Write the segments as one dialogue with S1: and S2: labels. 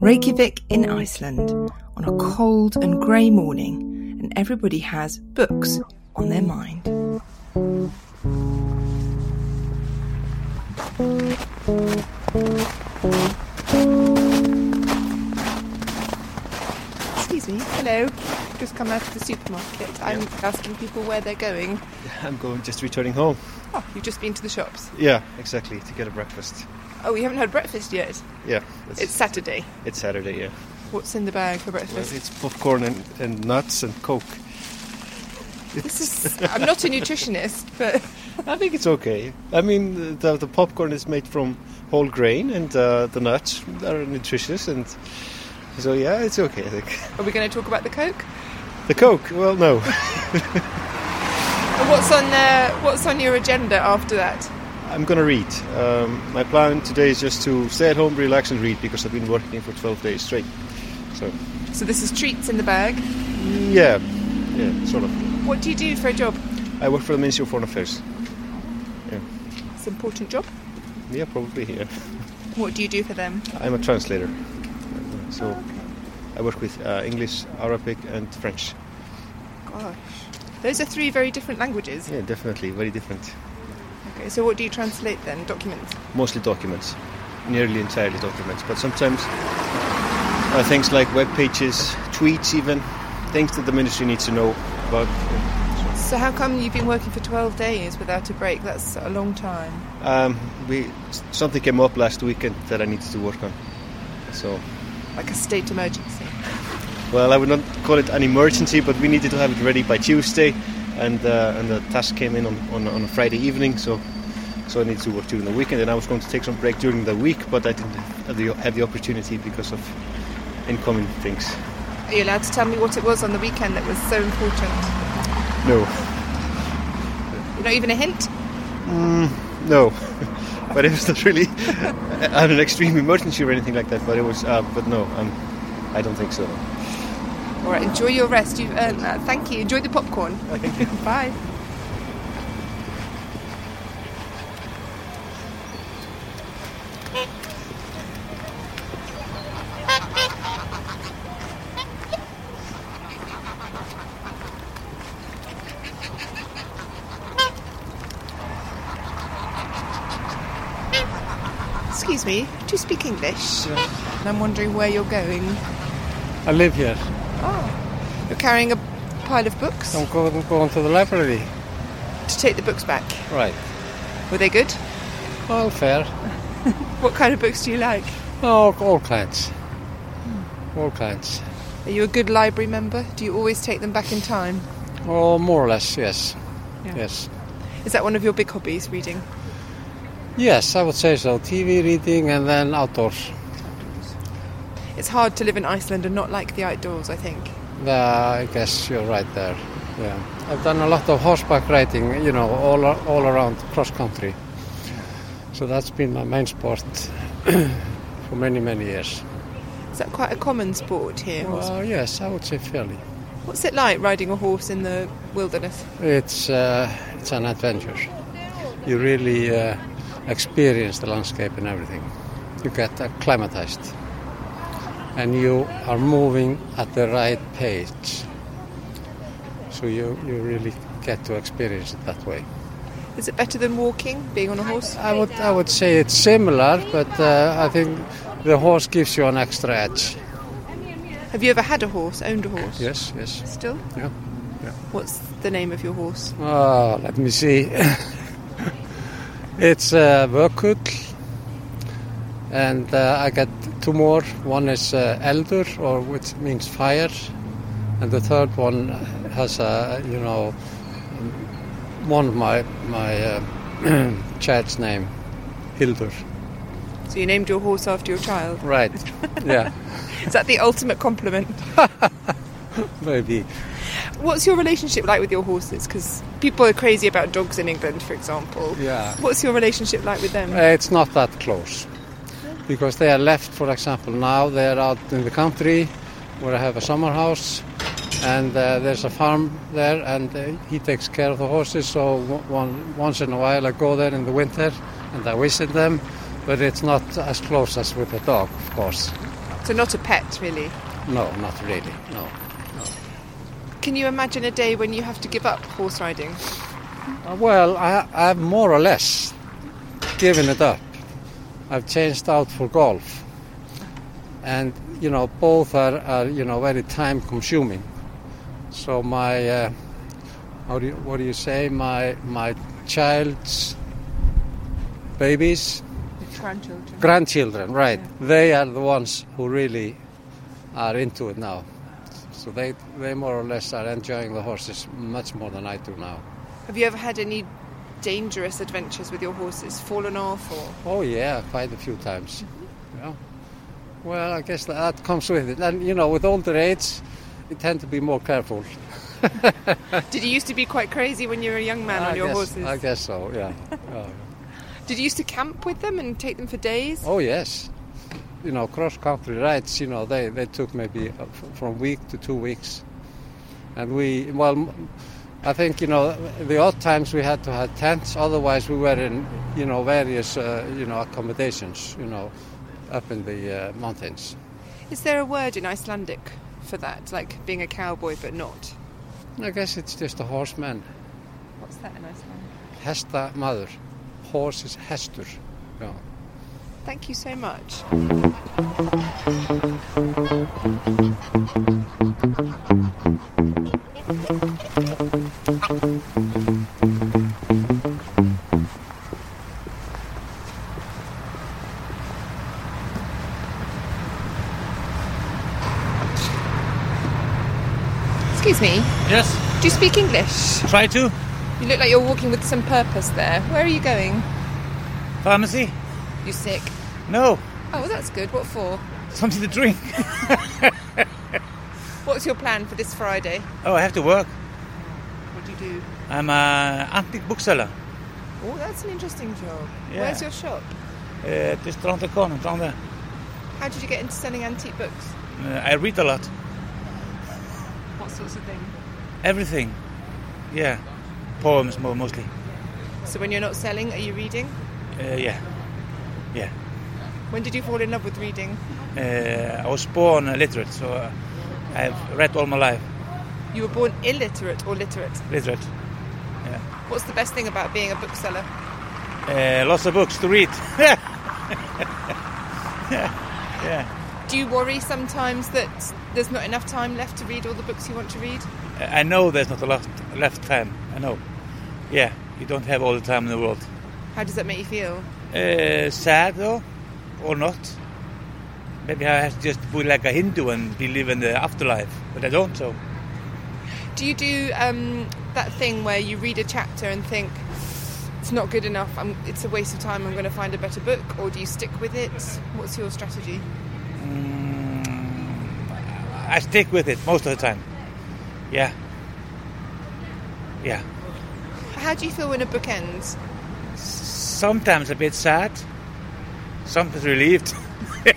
S1: Reykjavik in Iceland on a cold and grey morning, and everybody has books on their mind. Excuse me, hello. Just come out of the supermarket. I'm asking people where they're going.
S2: I'm going just returning home.
S1: Oh, you've just been to the shops.
S2: Yeah, exactly to get a breakfast.
S1: Oh, you haven't had breakfast yet.
S2: Yeah,
S1: It's Saturday.
S2: it's Saturday. Yeah,
S1: What's in the bag for breakfast?
S2: well, it's popcorn and, and nuts and coke.
S1: This is, I'm not a nutritionist, but
S2: I think it's okay. I mean, the, the popcorn is made from whole grain, and uh, the nuts are nutritious, and so yeah, it's okay. I think
S1: are we going to talk about the Coke?
S2: the coke. Well, no,
S1: And what's on uh, what's on your agenda after that?
S2: I'm gonna read. Um, my plan today is just to stay at home, relax, and read because I've been working for 12 days straight. So
S1: So this is treats in the bag.
S2: yeah, yeah, sort of.
S1: What do you do for a job?
S2: I work for the Ministry of Foreign Affairs.
S1: It's an important job.
S2: Yeah, probably here.
S1: What do you do for them?
S2: I'm a translator, so I work with uh, English, Arabic, and French.
S1: Gosh, those are three very different languages.
S2: Yeah, definitely, very different.
S1: Okay, so what do you translate then? Documents.
S2: Mostly documents, nearly entirely documents, but sometimes uh, things like web pages, tweets, even things that the ministry needs to know about.
S1: So how come you've been working for 12 days without a break? That's a long time.
S2: Um, we something came up last weekend that I needed to work on. So,
S1: Like a state emergency.
S2: well, I would not call it an emergency, but we needed to have it ready by Tuesday, and uh, and the task came in on, on, on a Friday evening, so so I needed to work during the weekend, and I was going to take some break during the week, but I didn't have the, have the opportunity because of incoming things.
S1: Are you allowed to tell me what it was on the weekend that was so important?
S2: No,
S1: Not even a hint.
S2: no, but it was not really an an extreme emergency or anything like that. But it was, uh, but no, um, I don't think so.
S1: All right, enjoy your rest. You've earned that. Thank you. Enjoy the popcorn. Bye. Excuse me, do you speak English? And I'm wondering where you're going.
S3: I live here.
S1: You're carrying a pile of books
S3: I'm going, going to the library.
S1: to take the books back.
S3: Right.
S1: Were they good?
S3: All fair.
S1: What kind of books do you like?
S3: All, all kinds. All kinds.
S1: Are you a good library member? Do you always take them back in time?
S3: Well, more or less, yes.
S1: Yeah.
S3: Yes.
S1: Is that one of your big hobbies, reading?
S3: Yes, I would say so. TV reading and then outdoors.
S1: It's hard to live in Iceland and not like the outdoors, I think.
S3: Yeah, I guess you're right there. Yeah. I've done a lot of horseback riding, you know, all, a- all around cross country. So that's been my main sport for many, many years.
S1: Is that quite a common sport here?
S3: Well, yes, I would say fairly.
S1: What's it like riding a horse in the wilderness?
S3: It's uh, it's an adventure. You really uh, experience the landscape and everything. You get acclimatized, and you are moving at the right pace. So you you really get to experience it that way.
S1: Is it better than walking, being on a horse?
S3: I would I would say it's similar, but uh, I think the horse gives you an extra edge.
S1: Have you ever had a horse, owned a horse?
S3: Yes, yes,
S1: Still?
S3: yeah.
S1: What's the name of your horse?
S3: Oh, let me see. it's uh, Vökull and uh, I got two more. One is uh, Eldur, or which means fire, and the third one has a you know one of my my uh, child's name, Hildur.
S1: So you named your horse after your child.
S3: Right? yeah,
S1: Is that the ultimate compliment?
S3: maybe.
S1: What's your relationship like with your horses? Because people are crazy about dogs in England, for example.
S3: Yeah.
S1: What's your relationship like with them?
S3: Uh, It's not that close because they are left, for example, now they are out in the country where I have a summer house and uh, there's a farm there and uh, he takes care of the horses. So w- one, once in a while I go there in the winter and I visit them, but it's not as close as with a dog, of course.
S1: So not a pet, really.
S3: No, not really. No.
S1: Can you imagine a day when you have to give up horse riding?
S3: Uh, Well, I, I've more or less given it up. I've changed out for golf, and you know both are, are you know very time consuming. So my uh, how do you, what do you say my my child's babies
S1: The grandchildren.
S3: grandchildren, right? They are the ones who really are into it now. So they they more or less are enjoying the horses much more than I do now.
S1: have you ever had any dangerous adventures with your horses? Fallen off or?
S3: Oh yeah, quite a few times. Yeah. Well, I guess that, that comes with it, and you know, with older age, you tend to be more careful.
S1: Did you used to be quite crazy when you were a young man
S3: I
S1: on your
S3: guess,
S1: horses?
S3: Ah, I guess so. Yeah. Yeah.
S1: Did you used to camp with them and take them for days?
S3: oh yes. You know, cross-country rides. You know, they they took maybe uh, f- from week to two weeks, and we well, m- I think you know the odd times we had to have tents. Otherwise, we were in you know various uh, you know accommodations. You know, up in the uh, mountains.
S1: Is there a word in Icelandic for that, like being a cowboy but not?
S3: I guess it's just a horseman.
S1: What's that in Icelandic?
S3: hestamaður horse is hestur já.
S1: Thank you so much. Excuse me,
S4: Yes,
S1: do you speak English?
S4: try to.
S1: You look like you're walking with some purpose there. Where are you going?
S4: Pharmacy?
S1: You sick?
S4: No,
S1: Oh, well, that's good. What for?
S4: something to drink.
S1: What's your plan for this Friday?
S4: Oh, I have to work.
S1: What do you do?
S4: I'm a antique bookseller.
S1: Oh, that's an interesting job.
S4: Yeah.
S1: Where's your shop?
S4: Uh, just around the corner, down there.
S1: How did you get into selling antique books?
S4: Uh, I read a lot.
S1: What sorts of things?
S4: Everything. Yeah. Poems mo- mostly.
S1: So when you're not selling, are you reading?
S4: Uh, yeah. Yeah.
S1: When did you fall in love with reading?
S4: Uh, I was born illiterate, so uh, I've read all my life.
S1: You were born illiterate or literate.
S4: Literate.
S1: What's the best thing about being a bookseller?
S4: Uh, lots of books to read.
S1: Do you worry sometimes that there's not enough time left to read all the books you want to read?
S4: I know there's not a lot left time. I know. Yeah, you don't have all the time in the world.
S1: How does that make you feel?
S4: uh, sad though, or not. Maybe I have to just be like a Hindu and believe in the afterlife, but I don't. So
S1: Do you do um, that thing where you read a chapter and think it's not good enough? I'm, it's a waste of time. I'm going to find a better book, or do you stick with it? What's your strategy?
S4: I stick with it most of the time. Yeah, yeah.
S1: How do you feel when a book ends?
S4: Sometimes a bit sad, sometimes relieved.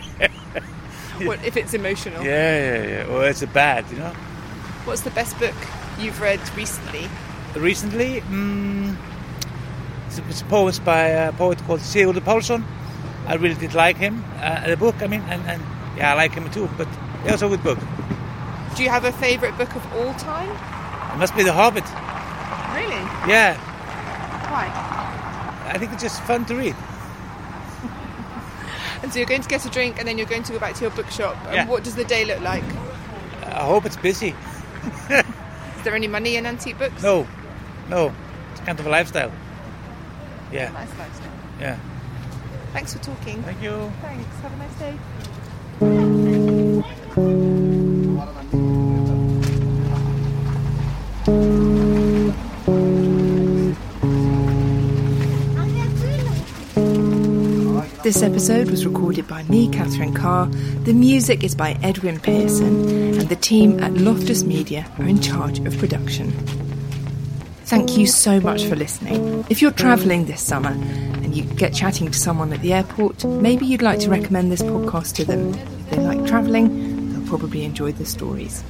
S1: What if it's emotional?
S4: Yeah, yeah, yeah. Or it's bad, you know.
S1: What's the best book you've read recently?
S4: Recently, mm, it's, it's poems by a poet called Sigurður Pálsson. I really did like him, uh, the book. I mean, and, and yeah, I like him too. But it was a good book.
S1: Do you have a favourite book of all time?
S4: It must be The Hobbit.
S1: Really?
S4: Yeah,
S1: Why?
S4: I think it's just fun to read.
S1: And so you're going to get a drink, and then you're going to go back to your bookshop. And
S4: Yeah.
S1: what does the day look like?
S4: I hope it's busy.
S1: Is there any money in antique books?
S4: No, no, it's kind of a lifestyle. Yeah,
S1: Nice lifestyle.
S4: yeah.
S1: Thanks for talking.
S4: Thank you.
S1: Thanks. Have a nice day.
S5: This episode was recorded by me, Catherine Carr. The music is by Edwin Pearson, and the team at Loftus Media are in charge of production. Thank you so much for listening. If you're travelling this summer and you get chatting to someone at the airport, maybe you'd like to recommend this podcast to them. If they like travelling, they'll probably enjoy the stories.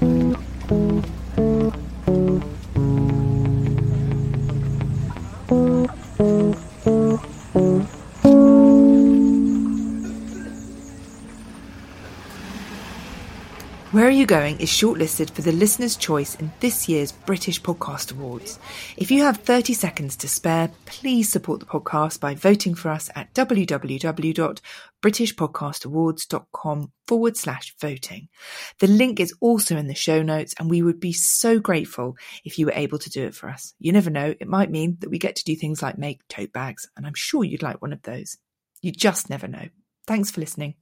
S6: Where Are You Going is shortlisted for the Listener's Choice in this year's British Podcast Awards. If you have 30 seconds to spare, please support the podcast by voting for us at www.britishpodcastawards.com forward slash voting. The link is also in the show notes, and we would be so grateful if you were able to do it for us. You never know, it might mean that we get to do things like make tote bags, and I'm sure you'd like one of those. You just never know. Thanks for listening.